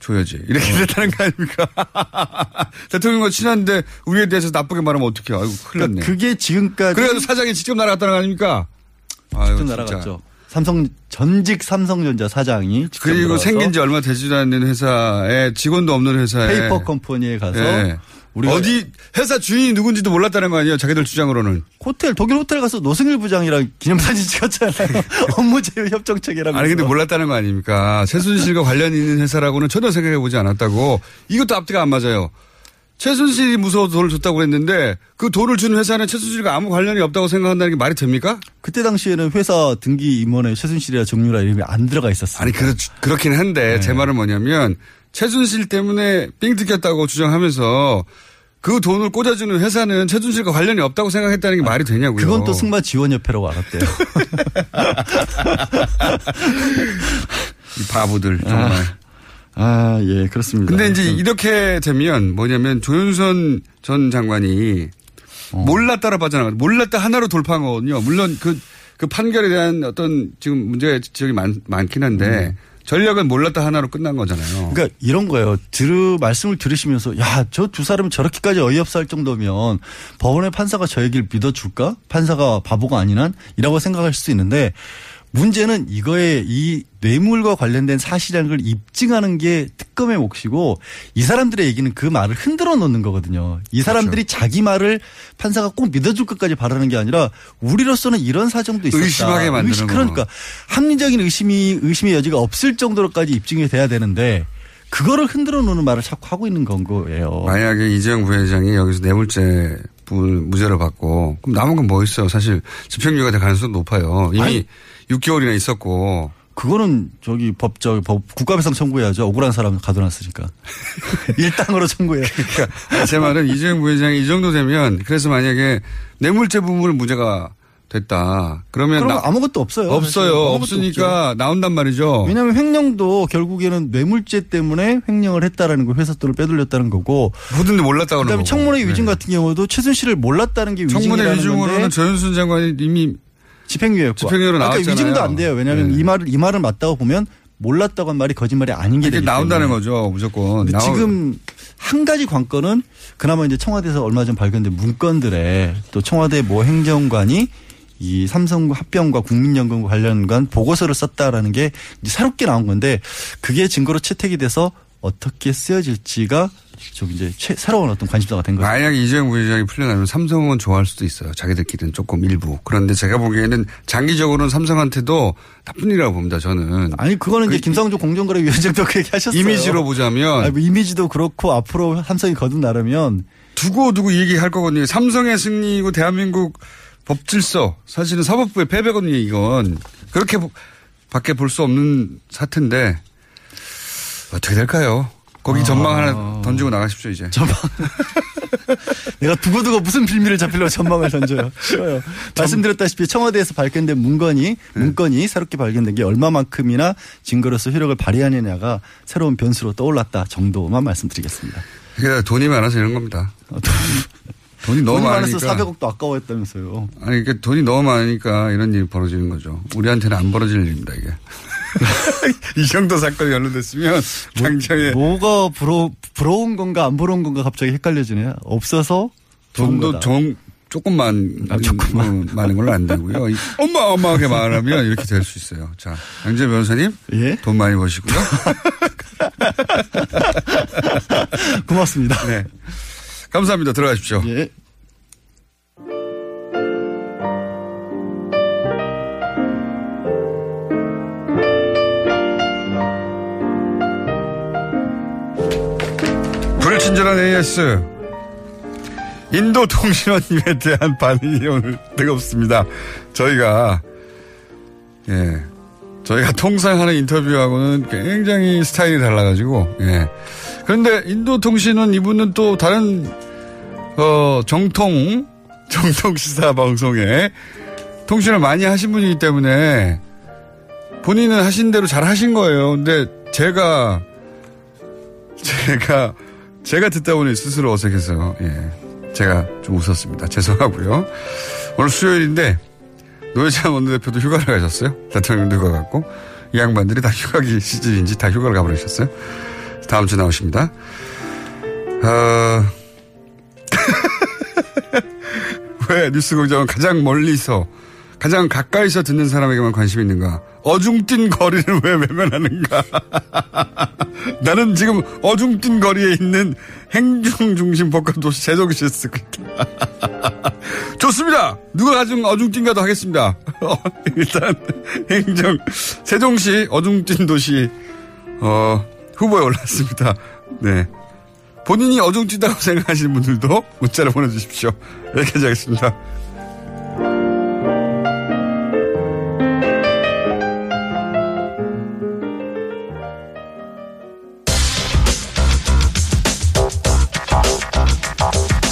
S6: 줘야지. 이렇게
S11: 어.
S6: 됐다는 거 아닙니까? [laughs] 대통령과 친한데 우리에 대해서 나쁘게 말하면 어떻게 아이고 큰일 났네.
S11: 그러니까 그게 지금까지
S6: 그래도 사장이 직접 날아갔다는 거 아닙니까? 아유,
S11: 직접
S6: 진짜.
S11: 날아갔죠. 삼성 전직 삼성전자 사장이 직접
S6: 그리고
S11: 들어가서
S6: 생긴 지 얼마 되지도 않는 회사에 직원도 없는 회사에
S11: 페이퍼 컴퍼니에 가서
S6: 예.
S11: 우리가
S6: 어디 회사 주인이 누군지도 몰랐다는 거 아니에요? 자기들 주장으로는.
S11: 호텔 독일 호텔 가서 노승일 부장이랑 기념사진
S6: [laughs]
S11: 찍었잖아요. 업무 제휴 협정책이라고.
S6: 아니 근데 뭐-
S11: 해서.
S6: 몰랐다는 거 아닙니까? 최순실과 관련 있는 회사라고는 전혀 생각해 보지 않았다고. 이것도 앞뒤가 안 맞아요. 최순실이 무서워서 돈을 줬다고 했는데 그 돈을 준 회사는 최순실과 아무 관련이 없다고 생각한다는 게 말이 됩니까?
S11: 그때 당시에는 회사 등기 임원에 최순실이라 정유라 이름이 안 들어가 있었어요.
S6: 아니 그렇, 그렇긴 한데 제 말은 뭐냐면 최순실 때문에 삥 뜯겼다고 주장하면서 그 돈을 꽂아주는 회사는 최순실과 관련이 없다고 생각했다는 게 말이 되냐고요.
S11: 그건 또 승마 지원 협회라고
S6: [laughs]
S11: 알았대요.
S6: 이 바보들 정말.
S11: 아 예 그렇습니다.
S6: 근데 이제 이렇게 되면 뭐냐면 조윤선 전 장관이
S11: 어.
S6: 몰랐다라 빠져나가 몰랐다 하나로 돌파한 거거든요. 물론 그, 그 판결에 대한 어떤 지금 문제가 지적이 많, 많긴 한데 전략은 몰랐다 하나로 끝난 거잖아요.
S11: 음. 그러니까 이런 거예요. 들 말씀을 들으시면서 야 저 두 사람 저렇게까지 어이없어 할 정도면 법원의 판사가 저 얘기를 믿어줄까? 판사가 바보가 아니란? 이라고 생각할 수 있는데 문제는 이거에 이 뇌물과 관련된 사실이라는 걸 입증하는 게 특검의 몫이고 이 사람들의 얘기는 그 말을 흔들어 놓는 거거든요.
S6: 그렇죠.
S11: 이 사람들이 자기 말을 판사가 꼭 믿어줄 것까지 바라는 게 아니라 우리로서는 이런 사정도 있었다.
S6: 의심하게 만드는
S11: 의심- 그러니까 합리적인 의심이 의심의 여지가 없을 정도로까지 입증이 돼야 되는데 그거를 흔들어 놓는 말을 자꾸 하고 있는 건 거예요.
S6: 만약에 이재용 부회장이 여기서 뇌물죄 부분을 무죄를 받고 그럼 남은 건 뭐 있어요? 사실 집행유예가 될 가능성이 높아요. 이미
S11: 아니.
S6: 6개월이나 있었고
S11: 그거는 저기 법적 법 국가배상 청구해야죠. 억울한 사람 가둬놨으니까 [laughs] 일당으로 청구해.
S6: 그러니까 [laughs] 제 말은 이재용 부회장이 이 정도 되면 그래서 만약에 뇌물죄 부분을 문제가 됐다. 그러면
S11: 그러면
S6: 나-
S11: 아무것도 없어요. 사실.
S6: 없어요.
S11: 아무것도
S6: 없으니까 나온단 말이죠.
S11: 왜냐하면 횡령도 결국에는 뇌물죄 때문에 횡령을 했다라는 거 회사 돈을 빼돌렸다는 거고
S6: 그분들 몰랐다고 그러는
S11: 그다음에
S6: 거고.
S11: 청문회 위증 같은 경우도 최순실을 몰랐다는 게
S6: 네. 청문회
S11: 위증이라는
S6: 위증으로는
S11: 건데
S6: 조윤순 장관이 이미
S11: 집행유예였고
S6: 집행유예로
S11: 아까
S6: 나왔잖아요.
S11: 위증도 안 돼요. 왜냐하면 이 말을 이 말은 맞다고 보면 몰랐다고 한 말이 거짓말이 아닌 게
S6: 이게
S11: 되기
S6: 나온다는
S11: 때문에.
S6: 거죠. 무조건.
S11: 근데
S6: 나오-
S11: 지금 한 가지 관건은 그나마 이제 청와대에서 얼마 전 발견된 문건들에 또 청와대 모 행정관이 이 삼성 합병과 국민연금 관련한 보고서를 썼다라는 게 이제 새롭게 나온 건데 그게 증거로 채택이 돼서 어떻게 쓰여질지가 좀 이제 최- 새로운 어떤 관심사가 된 거예요.
S6: 음, 만약에 이재용 부회장이 풀려나면 삼성은 좋아할 수도 있어요. 자기들끼리는 조금 일부. 그런데 제가 보기에는 장기적으로는 삼성한테도 나쁜 일이라고 봅니다. 저는.
S11: 아니 그거는 이제 김상조 공정거래위원장도 그 얘기하셨어요.
S6: 이미지로 보자면
S11: 아니, 뭐 이미지도 그렇고 앞으로 삼성이 거듭나려면
S6: 두고 두고 얘기할 거거든요. 삼성의 승리이고 대한민국 법질서 사실은 사법부의 패배거든요. 이건 그렇게 보- 밖에 볼 수 없는 사태인데 어떻게 될까요? 거기 전망 하나 던지고 나가십시오 이제.
S11: 아. 전망. 내가 두고두고 무슨 빌미를 잡히려고 전망을
S6: [laughs]
S11: 던져요. 쉬워요. 말씀드렸다시피 청와대에서 발견된
S9: 네.
S11: 문건이 문건이 새롭게 발견된 게 얼마만큼이나 증거로서 효력을 발휘하느냐가 새로운 변수로 떠올랐다 정도만 말씀드리겠습니다.
S6: 그러니까 돈이 많아서 이런 겁니다. 돈이 너무
S11: 돈이 많아서
S6: 많으니까.
S11: 400억도 아까워했다면서요.
S6: 아니 그러니까 돈이 너무 많으니까 이런 일이 벌어지는 거죠. 우리한테는 안 벌어질 일입니다 이게. [laughs] 이 정도 사건이 연루됐으면
S9: 네.
S6: 당장에
S11: 뭐, 뭐가 부러, 부러운 건가 안 부러운 건가 갑자기 헷갈려지네요. 없어서 좋은
S6: 돈도
S11: 거다. 아,
S6: 정 조금만 음, 많은 걸로 안 되고요. 이- 어마어마하게 말하면 이렇게 될 수 있어요. 자, 양재 변호사님
S11: 예?
S6: 돈 많이 버시고요.
S11: 고맙습니다.
S6: 네. 감사합니다. 들어가십시오.
S9: 예.
S6: 불친절한 AS. 인도 통신원님에 대한 반응이 오늘 뜨겁습니다. 저희가, 예. 저희가 통상 하는 인터뷰하고는 굉장히 스타일이 달라가지고, 예. 그런데 인도 통신원 이분은 또 다른, 어, 정통, [laughs] 정통 시사 방송에 통신을 많이 하신 분이기 때문에 본인은 하신 대로 잘 하신 거예요. 근데 제가 제가 제가 듣다 보니 스스로 어색해서 예, 제가 좀 웃었습니다. [laughs] 죄송하고요. 오늘 수요일인데 노회찬 원내대표도 휴가를 가셨어요. 대통령도 휴가 갔고 이 양반들이 다 휴가기 시즌인지 다 휴가를 가버리셨어요. 다음 주 나오십니다. 어... [laughs] 왜 뉴스공장은 가장 멀리서 가장 가까이서 듣는 사람에게만 관심이 있는가? 어중뛴 거리를 왜 외면하는가? 나는 지금 어중뛴 거리에 있는 행정중심 복합도시 제정시에 쓰고 있다. [laughs] 좋습니다. 누가 가중 어중뛴가도 하겠습니다. [laughs] 일단 행정 세종시 어중뛴 도시 어, 후보에 올랐습니다. 네. 본인이 어중뛴다고 생각하시는 분들도 문자를 보내주십시오. 여기까지 하겠습니다.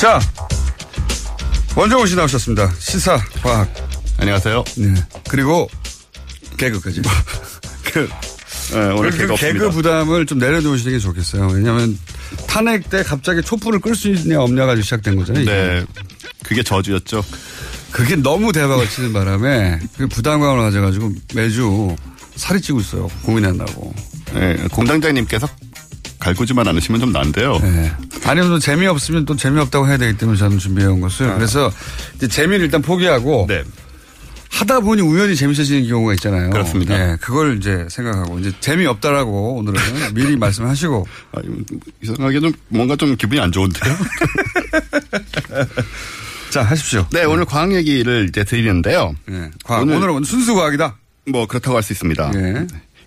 S6: 자, 원정훈 씨 나오셨습니다. 시사, 과학.
S9: 안녕하세요.
S6: 네. 그리고 [laughs] 개그까지. 그,
S9: 네, 오늘
S6: 그
S9: 개그 없습니다.
S6: 부담을 좀 내려놓으시는 게 좋겠어요. 왜냐하면 탄핵 때 갑자기 촛불을 끌 수 있냐 없냐 가지고 시작된 거잖아요.
S9: 네. 그게 저주였죠.
S6: 그게 너무 대박을 치는 바람에 그 부담감을 가져가지고 매주 살이 찌고 있어요. 고민 안 나고.
S9: 네, 공당장님께서 갈구지만 않으시면 좀 난데요.
S6: 네. 아니면 또 재미없으면 또 재미없다고 해야 되기 때문에 저는 준비해온
S9: 아.
S6: 것을. 그래서 이제 재미를 일단 포기하고.
S9: 네.
S6: 하다 보니 우연히 재밌어지는 경우가 있잖아요.
S9: 그렇습니다.
S6: 예, 그걸 이제 생각하고 이제 재미없다라고 오늘은 미리
S9: [laughs]
S6: 말씀하시고.
S9: 아, 이상하게 좀 뭔가 좀 기분이 안 좋은데요.
S6: 자, 하십시오. 네.
S9: 네, 오늘 과학 얘기를 이제 드리는데요.
S6: 과학. 오늘은 순수 과학이다. 네.
S9: 뭐 그렇다고 할 수 있습니다.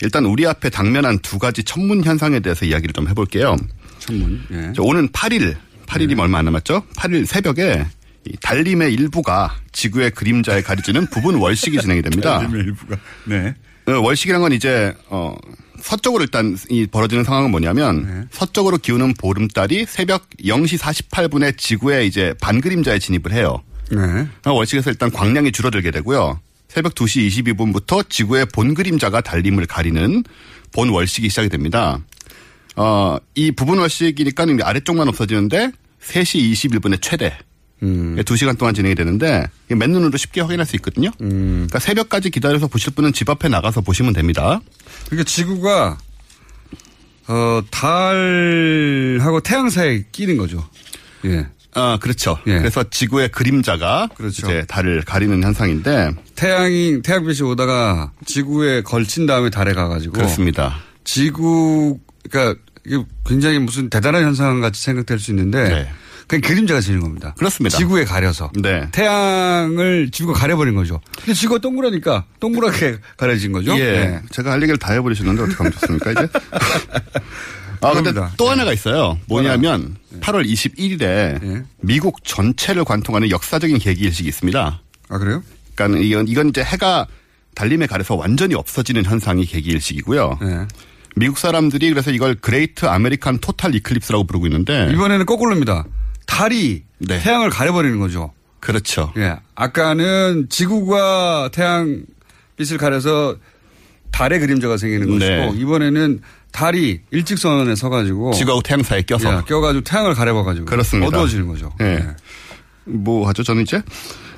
S9: 일단 우리 앞에 당면한 두 가지 천문 현상에 대해서 이야기를 좀 해볼게요.
S6: 천문. 예. 네.
S9: 저 오는 8일, 8일이 얼마 안 남았죠? 8일 새벽에 이 달림의 일부가 지구의 그림자에 가려지는 부분 월식이 진행이 됩니다.
S6: [laughs] 달림의 일부가. 네.
S9: 어, 월식이란 건 이제 어, 서쪽으로 일단 이 벌어지는 상황은 뭐냐면 서쪽으로 기우는 보름달이 새벽 0시 48분에 지구의 이제 반그림자에 진입을 해요.
S6: 네.
S9: 어, 월식에서 일단 광량이 줄어들게 되고요. 새벽 2시 22분부터 지구의 본 그림자가 달림을 가리는 본 월식이 시작이 됩니다. 어, 이 부분 월식이니까 이제 아래쪽만 없어지는데 3시 21분에 최대. 두 2시간 동안 진행이 되는데 이게 맨눈으로 쉽게 확인할 수 있거든요. 그러니까 새벽까지 기다려서 보실 분은 집 앞에 나가서 보시면 됩니다.
S6: 그러니까 지구가 어, 달하고 태양 사이에 끼는 거죠. 예.
S9: 아, 그렇죠.
S11: 예.
S9: 그래서 지구의 그림자가 이제 달을 가리는 현상인데
S6: 태양이 태양빛이 오다가 지구에 걸친 다음에 달에 가가지고
S9: 그렇습니다.
S6: 지구 그러니까 이게 굉장히 무슨 대단한 현상 같이 생각될 수 있는데 그냥 그림자가 지는 겁니다.
S9: 네. 그렇습니다.
S6: 지구에 가려서
S9: 네.
S6: 태양을 지구가 가려버린 거죠. 근데 지구가 동그라니까 동그랗게 가려진 거죠. 네.
S9: 예. 제가 할 얘기를 다 해버리셨는데 어떻게 하면 좋습니까, 이제? [laughs] 아, 근데 또 하나가 있어요. 뭐냐면 8월 21일에 미국 전체를 관통하는 역사적인 계기일식이 있습니다.
S6: 아, 그래요?
S9: 그러니까 이건, 이건 이제 해가 달림에 가려서 완전히 없어지는 현상이 계기일식이고요. 미국 사람들이 그래서 이걸 그레이트 아메리칸 토탈 이클립스라고 부르고 있는데
S6: 이번에는 거꾸로입니다. 달이
S9: 네.
S6: 태양을 가려버리는 거죠.
S9: 그렇죠.
S6: 예. 아까는 지구가 태양 빛을 가려서 달의 그림자가 생기는 것이고
S9: 네.
S6: 이번에는 달이 일직선에 서가지고
S9: 지구하고 태양 사이에 껴서.
S6: 예, 껴가지고 태양을 가려봐가지고
S9: 그렇습니다.
S6: 어두워지는 거죠.
S9: 예. 뭐 하죠? 저는 이제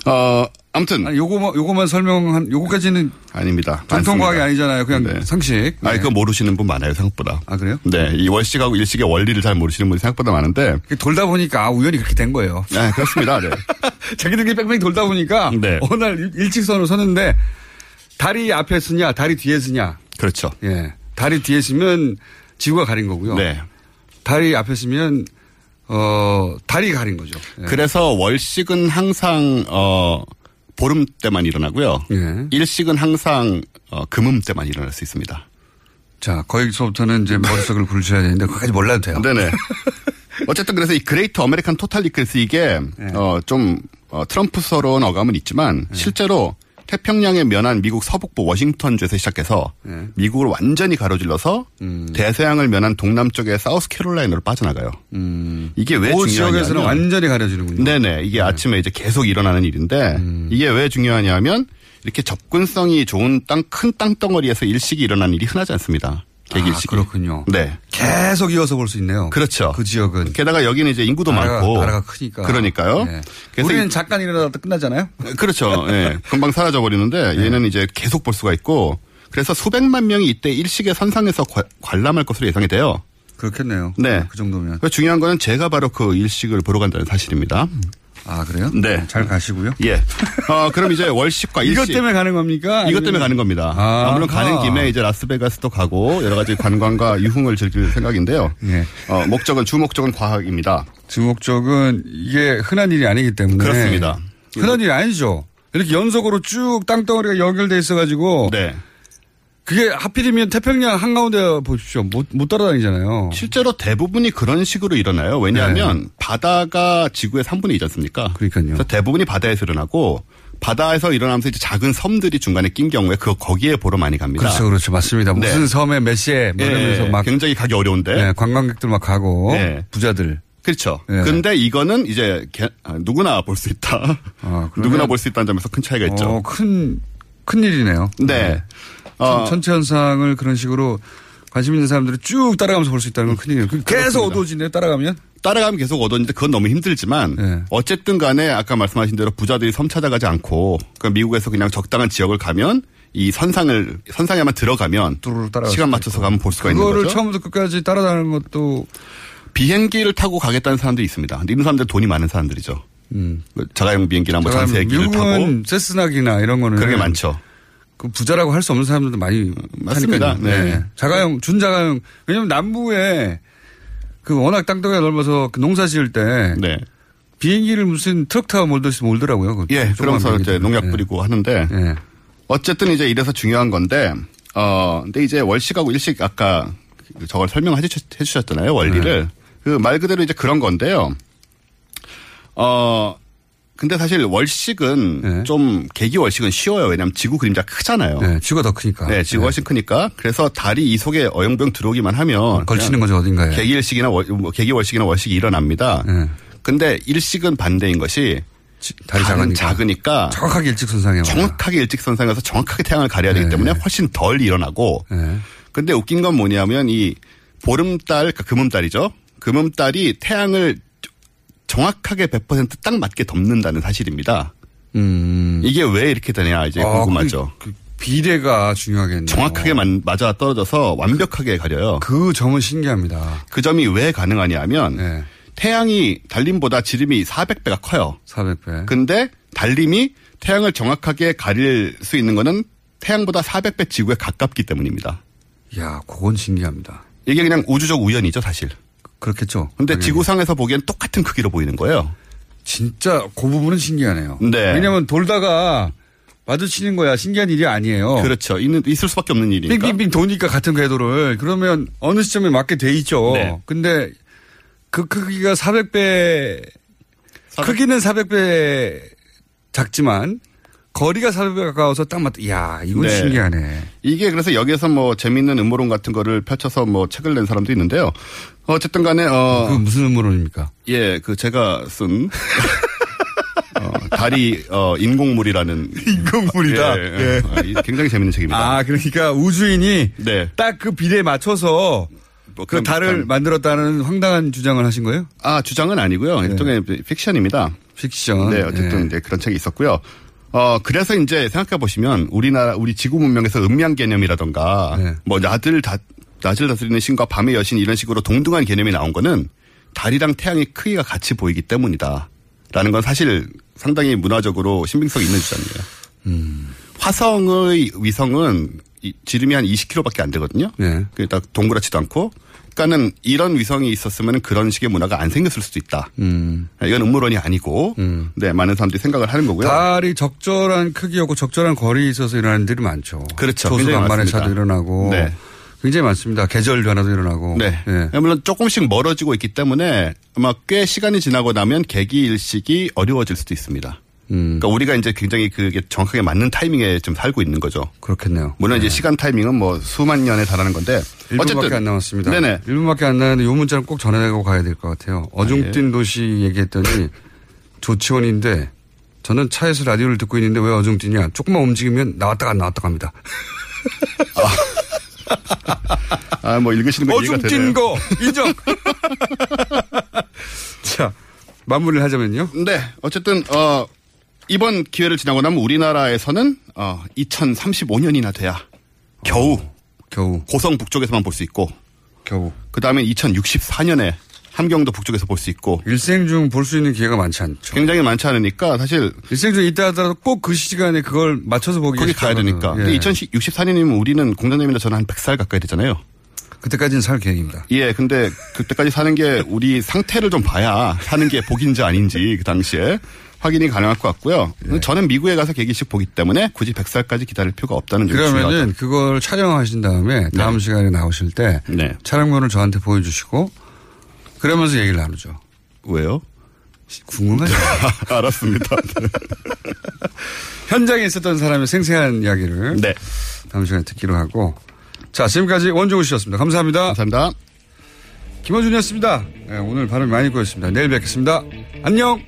S9: 어 아무튼
S6: 요거만 요거만 설명한 요거까지는
S9: 아닙니다.
S6: 전통
S9: 많습니다. 네.
S6: 과학이 아니잖아요. 그냥 상식. 네.
S9: 아니 그거 모르시는 분 많아요 생각보다.
S6: 아 그래요?
S9: 네, 이 월식하고 일식의 원리를 잘 모르시는 분이 생각보다 많은데
S6: 돌다 보니까 아, 우연히 그렇게 된 거예요. [laughs]
S9: 네, 그렇습니다. 네.
S6: 자기들끼리 뺑뺑 돌다 보니까 어느 날 일- 일직선으로 섰는데 달이 앞에 쓰냐, 달이 뒤에 쓰냐.
S9: 그렇죠.
S6: 예. 달이 뒤에 쓰면 지구가 가린 거고요.
S9: 네.
S6: 달이 앞에 쓰면 어 달이 가린 거죠. 예.
S9: 그래서 월식은 항상 어 보름 때만 일어나고요.
S6: 예.
S9: 일식은 항상 어, 금음 때만 일어날 수 있습니다.
S6: 자, 거기서부터는 이제 머릿속을 굴려야 되는데 그까지 몰라도 돼요.
S9: 네네. 어쨌든 그래서 이 그레이트 아메리칸 토탈 리클스 이게
S6: 네.
S9: 어, 좀 어, 트럼프스러운 어감은 있지만 실제로 태평양에 면한 미국 서북부 워싱턴주에서 시작해서
S6: 네.
S9: 미국을 완전히 가로질러서
S6: 음.
S9: 대서양을 면한 동남쪽의 사우스캐롤라이나로 빠져나가요. 이게 왜 중요하냐면
S6: 그 지역에서는 완전히 가려지는군요.
S9: 네네. 이게 아침에 이제 계속 일어나는 일인데
S6: 음.
S9: 이게 왜 중요하냐면 이렇게 접근성이 좋은 땅, 큰 땅덩어리에서 일식이 일어나는 일이 흔하지 않습니다. 계기일식이.
S6: 아, 그렇군요.
S9: 네.
S6: 계속 이어서 볼 수 있네요.
S9: 그렇죠.
S6: 그 지역은.
S9: 게다가 여기는 이제 인구도
S6: 나라가-
S9: 많고.
S6: 나라가 크니까.
S9: 그러니까요.
S6: 예.
S9: 그래서
S6: 우리는 잠깐 일어나다 끝나잖아요.
S9: 이- 그렇죠. 예. 금방 사라져 버리는데
S6: 예.
S9: 얘는 이제 계속 볼 수가 있고 그래서 수백만 명이 이때 일식의 선상에서 관- 관람할 것으로 예상이 돼요.
S6: 그렇겠네요.
S9: 네.
S6: 그 정도면.
S9: 그래서 중요한 거는 제가 바로 그 일식을 보러 간다는 사실입니다.
S6: 아 그래요?
S9: 네.
S6: 잘 가시고요.
S9: 예. 어, 그럼 이제 월식과 일식.
S6: 이것 때문에 가는 겁니까?
S9: 이것 때문에
S6: 아니면-
S9: 가는 겁니다.
S6: 아.
S9: 아, 물론 가는 김에 이제 라스베가스도 가고 여러 가지 관광과 [laughs] 유흥을 즐길 생각인데요.
S6: 예.
S9: 어, 목적은 주목적은 과학입니다.
S6: 주목적은 이게 흔한 일이 아니기 때문에
S9: 그렇습니다.
S6: 흔한 일이 아니죠. 이렇게 연속으로 쭉 땅덩어리가 연결돼 있어가지고
S9: 네.
S6: 그게 하필이면 태평양 한가운데 보십시오. 못, 못 따라다니잖아요.
S9: 실제로 대부분이 그런 식으로 일어나요. 왜냐하면 바다가 지구의 3분의 2지 않습니까?
S6: 네. 그러니까요.
S9: 그래서 대부분이 바다에서 일어나고 바다에서 일어나면서 이제 작은 섬들이 중간에 낀 경우에 그 거기에 보러 많이 갑니다.
S6: 그렇죠, 그렇죠. 맞습니다.
S9: 네.
S6: 무슨 섬에 몇 시에 뭐
S9: 예,
S6: 이러면서 막
S9: 굉장히 가기 어려운데.
S6: 예, 관광객들 막 가고
S9: 네.
S6: 부자들.
S9: 그렇죠.
S6: 예.
S9: 근데 이거는 이제 개- 아, 누구나 볼 수 있다. 누구나 볼 수 있다는 점에서 큰 차이가 있죠.
S6: 아, 어, 큰, 큰 일이네요.
S9: 네. 어.
S6: 천- 천체 현상을 그런 식으로 관심 있는 사람들이 쭉 따라가면서 볼 수 있다는 건 큰일이에요. 그- 계속 어두워지네요, 따라가면.
S9: 따라가면 계속 얻었는데 그건 너무 힘들지만
S6: 예.
S9: 어쨌든 간에 아까 말씀하신 대로 부자들이 섬 찾아가지 않고 그러니까 미국에서 그냥 적당한 지역을 가면 이 선상을 선상에만 들어가면
S6: 따라갈
S9: 시간 맞춰서 가면 볼 수가 있는
S6: 그거를
S9: 거죠.
S6: 처음부터 끝까지 따라다니는 것도
S9: 비행기를 타고 가겠다는 사람들이 있습니다. 근데 이런 사람들 돈이 많은 사람들이죠.
S6: 음.
S9: 그 자가용 비행기나 뭐
S6: 제가
S9: 전세기를 타고
S6: 미국은 네. 세스나기나 이런 거는
S9: 그런 게 많죠.
S6: 그 부자라고 할 수 없는 사람들도 많이
S9: 맞습니다.
S6: 타니까요.
S9: 네.
S6: 자가용 준자가용 왜냐면 남부에 그 워낙 땅덩이가 넓어서 그 농사 지을
S9: 네.
S6: 때 비행기를 무슨 트럭 타고 몰듯이 몰더라고요. 그
S9: 예,
S6: 조그만
S9: 그러면서 이제
S6: 비행기들.
S9: 농약
S6: 예.
S9: 뿌리고 하는데 어쨌든 이제 이래서 중요한 건데 어 근데 이제 월식하고 일식 아까 저걸 설명해 주셨잖아요 원리를
S6: 네.
S9: 그 말 그대로 이제 그런 건데요. 어 근데 사실 월식은 좀 계기 월식은 쉬워요 왜냐하면 지구 그림자 크잖아요.
S6: 네, 지구가 더 크니까.
S9: 네, 지구가 훨씬 크니까 그래서 달이 이 속에 어영병 들어오기만 하면
S6: 음,
S9: 그냥
S6: 걸치는 거죠, 어딘가에.
S9: 계기일식이나 월, 뭐 계기월식이나 월식이 일어납니다. 근데 일식은 반대인 것이
S6: 네. 달이
S9: 달은
S6: 작으니까.
S9: 작으니까
S6: 정확하게 일직선상에
S9: 정확하게 일직선상에서 정확하게 태양을 가려야 되기 때문에 훨씬 덜 일어나고
S6: 네.
S9: 근데 웃긴 건 뭐냐면 이 보름달 그러니까 금음달이죠. 금음달이 태양을 정확하게 100%딱 맞게 덮는다는 사실입니다. 이게 왜 이렇게 되냐 이제
S6: 아,
S9: 궁금하죠.
S6: 비례가 중요하겠네요.
S9: 정확하게 만- 맞아 떨어져서 완벽하게 가려요.
S6: 그 점은 신기합니다.
S9: 그 점이 왜 가능하냐 하면
S6: 네.
S9: 태양이 달림보다 지름이 400배가 커요.
S6: 400배.
S9: 근데 달림이 태양을 정확하게 가릴 수 있는 거는 태양보다 400배 지구에 가깝기 때문입니다.
S6: 야, 그건 신기합니다.
S9: 이게 그냥 우주적 우연이죠, 사실.
S6: 그렇겠죠.
S9: 근데 지구상에서 보기엔 똑같은 크기로 보이는 거예요.
S6: 진짜 그 부분은 신기하네요.
S9: 네.
S6: 왜냐면 돌다가 마주치는 거야. 신기한 일이 아니에요.
S9: 그렇죠. 있는, 있을 수밖에 없는 일이니까.
S6: 빙빙빙 도니까 같은 궤도를. 그러면 어느 시점에 맞게 돼 있죠.
S9: 네.
S6: 근데 그 크기가 400배, 크기는 400배 작지만 거리가 400배 가까워서 딱 맞다. 이야, 이건
S9: 네.
S6: 신기하네.
S9: 이게 그래서 여기에서 뭐 재밌는 음모론 같은 거를 펼쳐서 뭐 책을 낸 사람도 있는데요. 어쨌든 간에, 어.
S6: 그 무슨
S9: [laughs]
S6: 음모론입니까?
S9: 예, 그 제가 쓴. [laughs] 어, 달이, 어, 인공물이라는.
S6: 인공물이다.
S9: 예, 예.
S6: 예.
S9: 어, 이 굉장히 재밌는 책입니다.
S6: 아, 그러니까 우주인이
S9: 네. 뭐
S6: 딱 그 비례에 맞춰서 그
S9: 그럼 음.
S6: 달을
S9: 약간-
S6: 만들었다는 황당한 주장을 하신 거예요?
S9: 아, 주장은
S6: 네.
S9: 아니고요. 일종의 픽션입니다.
S6: 픽션. 예.
S9: 네, 어쨌든 이제 그런 책이 있었고요. 어, 그래서 이제 생각해 보시면 우리나라, 우리 지구 문명에서 음양 개념이라던가 뭐 낮을 다, 낮을 다스리는 신과 밤의 여신 이런 식으로 동등한 개념이 나온 거는 달이랑 태양의 크기가 같이 보이기 때문이다. 라는 건 사실 상당히 문화적으로 신빙성 있는 주장이에요. 화성의 위성은 이- 지름이 한 20km밖에 안 되거든요.
S6: 네.
S9: 그러니까 딱 동그랗지도 않고. 그러니까는 이런 위성이 있었으면 그런 식의 문화가 안 생겼을 수도 있다.
S6: 음.
S9: 이건 음모론이 아니고, 네, 많은 사람들이 생각을 하는 거고요.
S6: 달이 적절한 크기였고 적절한 거리에 있어서 일어나는 일이 많죠.
S9: 그렇죠.
S6: 조수
S9: 굉장히
S6: 간만의
S9: 많습니다.
S6: 차도 일어나고.
S9: 네.
S6: 굉장히 많습니다. 계절 변화도 일어나고.
S9: 네.
S6: 예.
S9: 물론 조금씩 멀어지고 있기 때문에 아마 꽤 시간이 지나고 나면 계기 일식이 어려워질 수도 있습니다.
S6: 음.
S9: 그러니까 우리가 이제 굉장히 그게 정확하게 맞는 타이밍에 좀 살고 있는 거죠.
S6: 그렇겠네요.
S9: 물론 이제 시간 타이밍은 뭐 수만 년에 달하는 건데
S6: 1분밖에 안 남았습니다.
S9: 네네.
S6: 1분밖에 안 남았는데 요 문자는 꼭 전해내고 가야 될 것 같아요. 어중뛴
S9: 예.
S6: 도시 얘기했더니 조치원인데 저는 차에서 라디오를 듣고 있는데 왜 어중뛰냐. 조금만 움직이면 나왔다가 안 나왔다가 합니다.
S9: 아 뭐 읽으시는 거 이해가 되네요.
S6: 어중뛴 거 인정. [laughs] 자 마무리를 하자면요.
S9: 네. 어쨌든 어 이번 기회를 지나고 나면 우리나라에서는 어 2035년이나 돼야 겨우
S6: 겨우
S9: 고성 북쪽에서만 볼 수 있고
S6: 겨우
S9: 그다음에 2064년에 함경도 북쪽에서 볼 수 있고
S6: 일생 중 볼 수 있는 기회가 많지 않죠.
S9: 굉장히 많지 않으니까 사실
S6: 일생 중 있다 하더라도 꼭 그 시간에 그걸 맞춰서 보기 예.
S9: 거기 가야 되니까.
S6: 그러니까.
S9: 근데 2064년이면 우리는 공장님이나 저는 한 100살 가까이 되잖아요.
S6: 그때까지는 살 계획입니다.
S9: 예, 근데 그때까지 사는 게 우리 상태를 좀 봐야 사는 게 복인지 아닌지 그 당시에 확인이 가능할 것 같고요.
S6: 예.
S9: 저는 미국에 가서 계기식 보기 때문에 굳이 100살까지 기다릴 필요가 없다는 점이 중요하다.
S6: 그러면은 그걸 촬영하신 다음에 다음 시간에 나오실 때
S9: 네.
S6: 촬영본을 저한테 보여주시고 그러면서 얘기를 나누죠.
S9: 왜요? 네.
S6: 궁금하죠.
S9: [laughs] 알았습니다.
S6: [laughs] 현장에 있었던 사람의 생생한 이야기를
S9: 네.
S6: 다음 시간에 듣기로 하고 자 지금까지 원종우 씨였습니다. 감사합니다.
S9: 감사합니다.
S6: 김원준이었습니다. 네, 오늘 발음이 많이 꼬였습니다. 내일 뵙겠습니다. 안녕.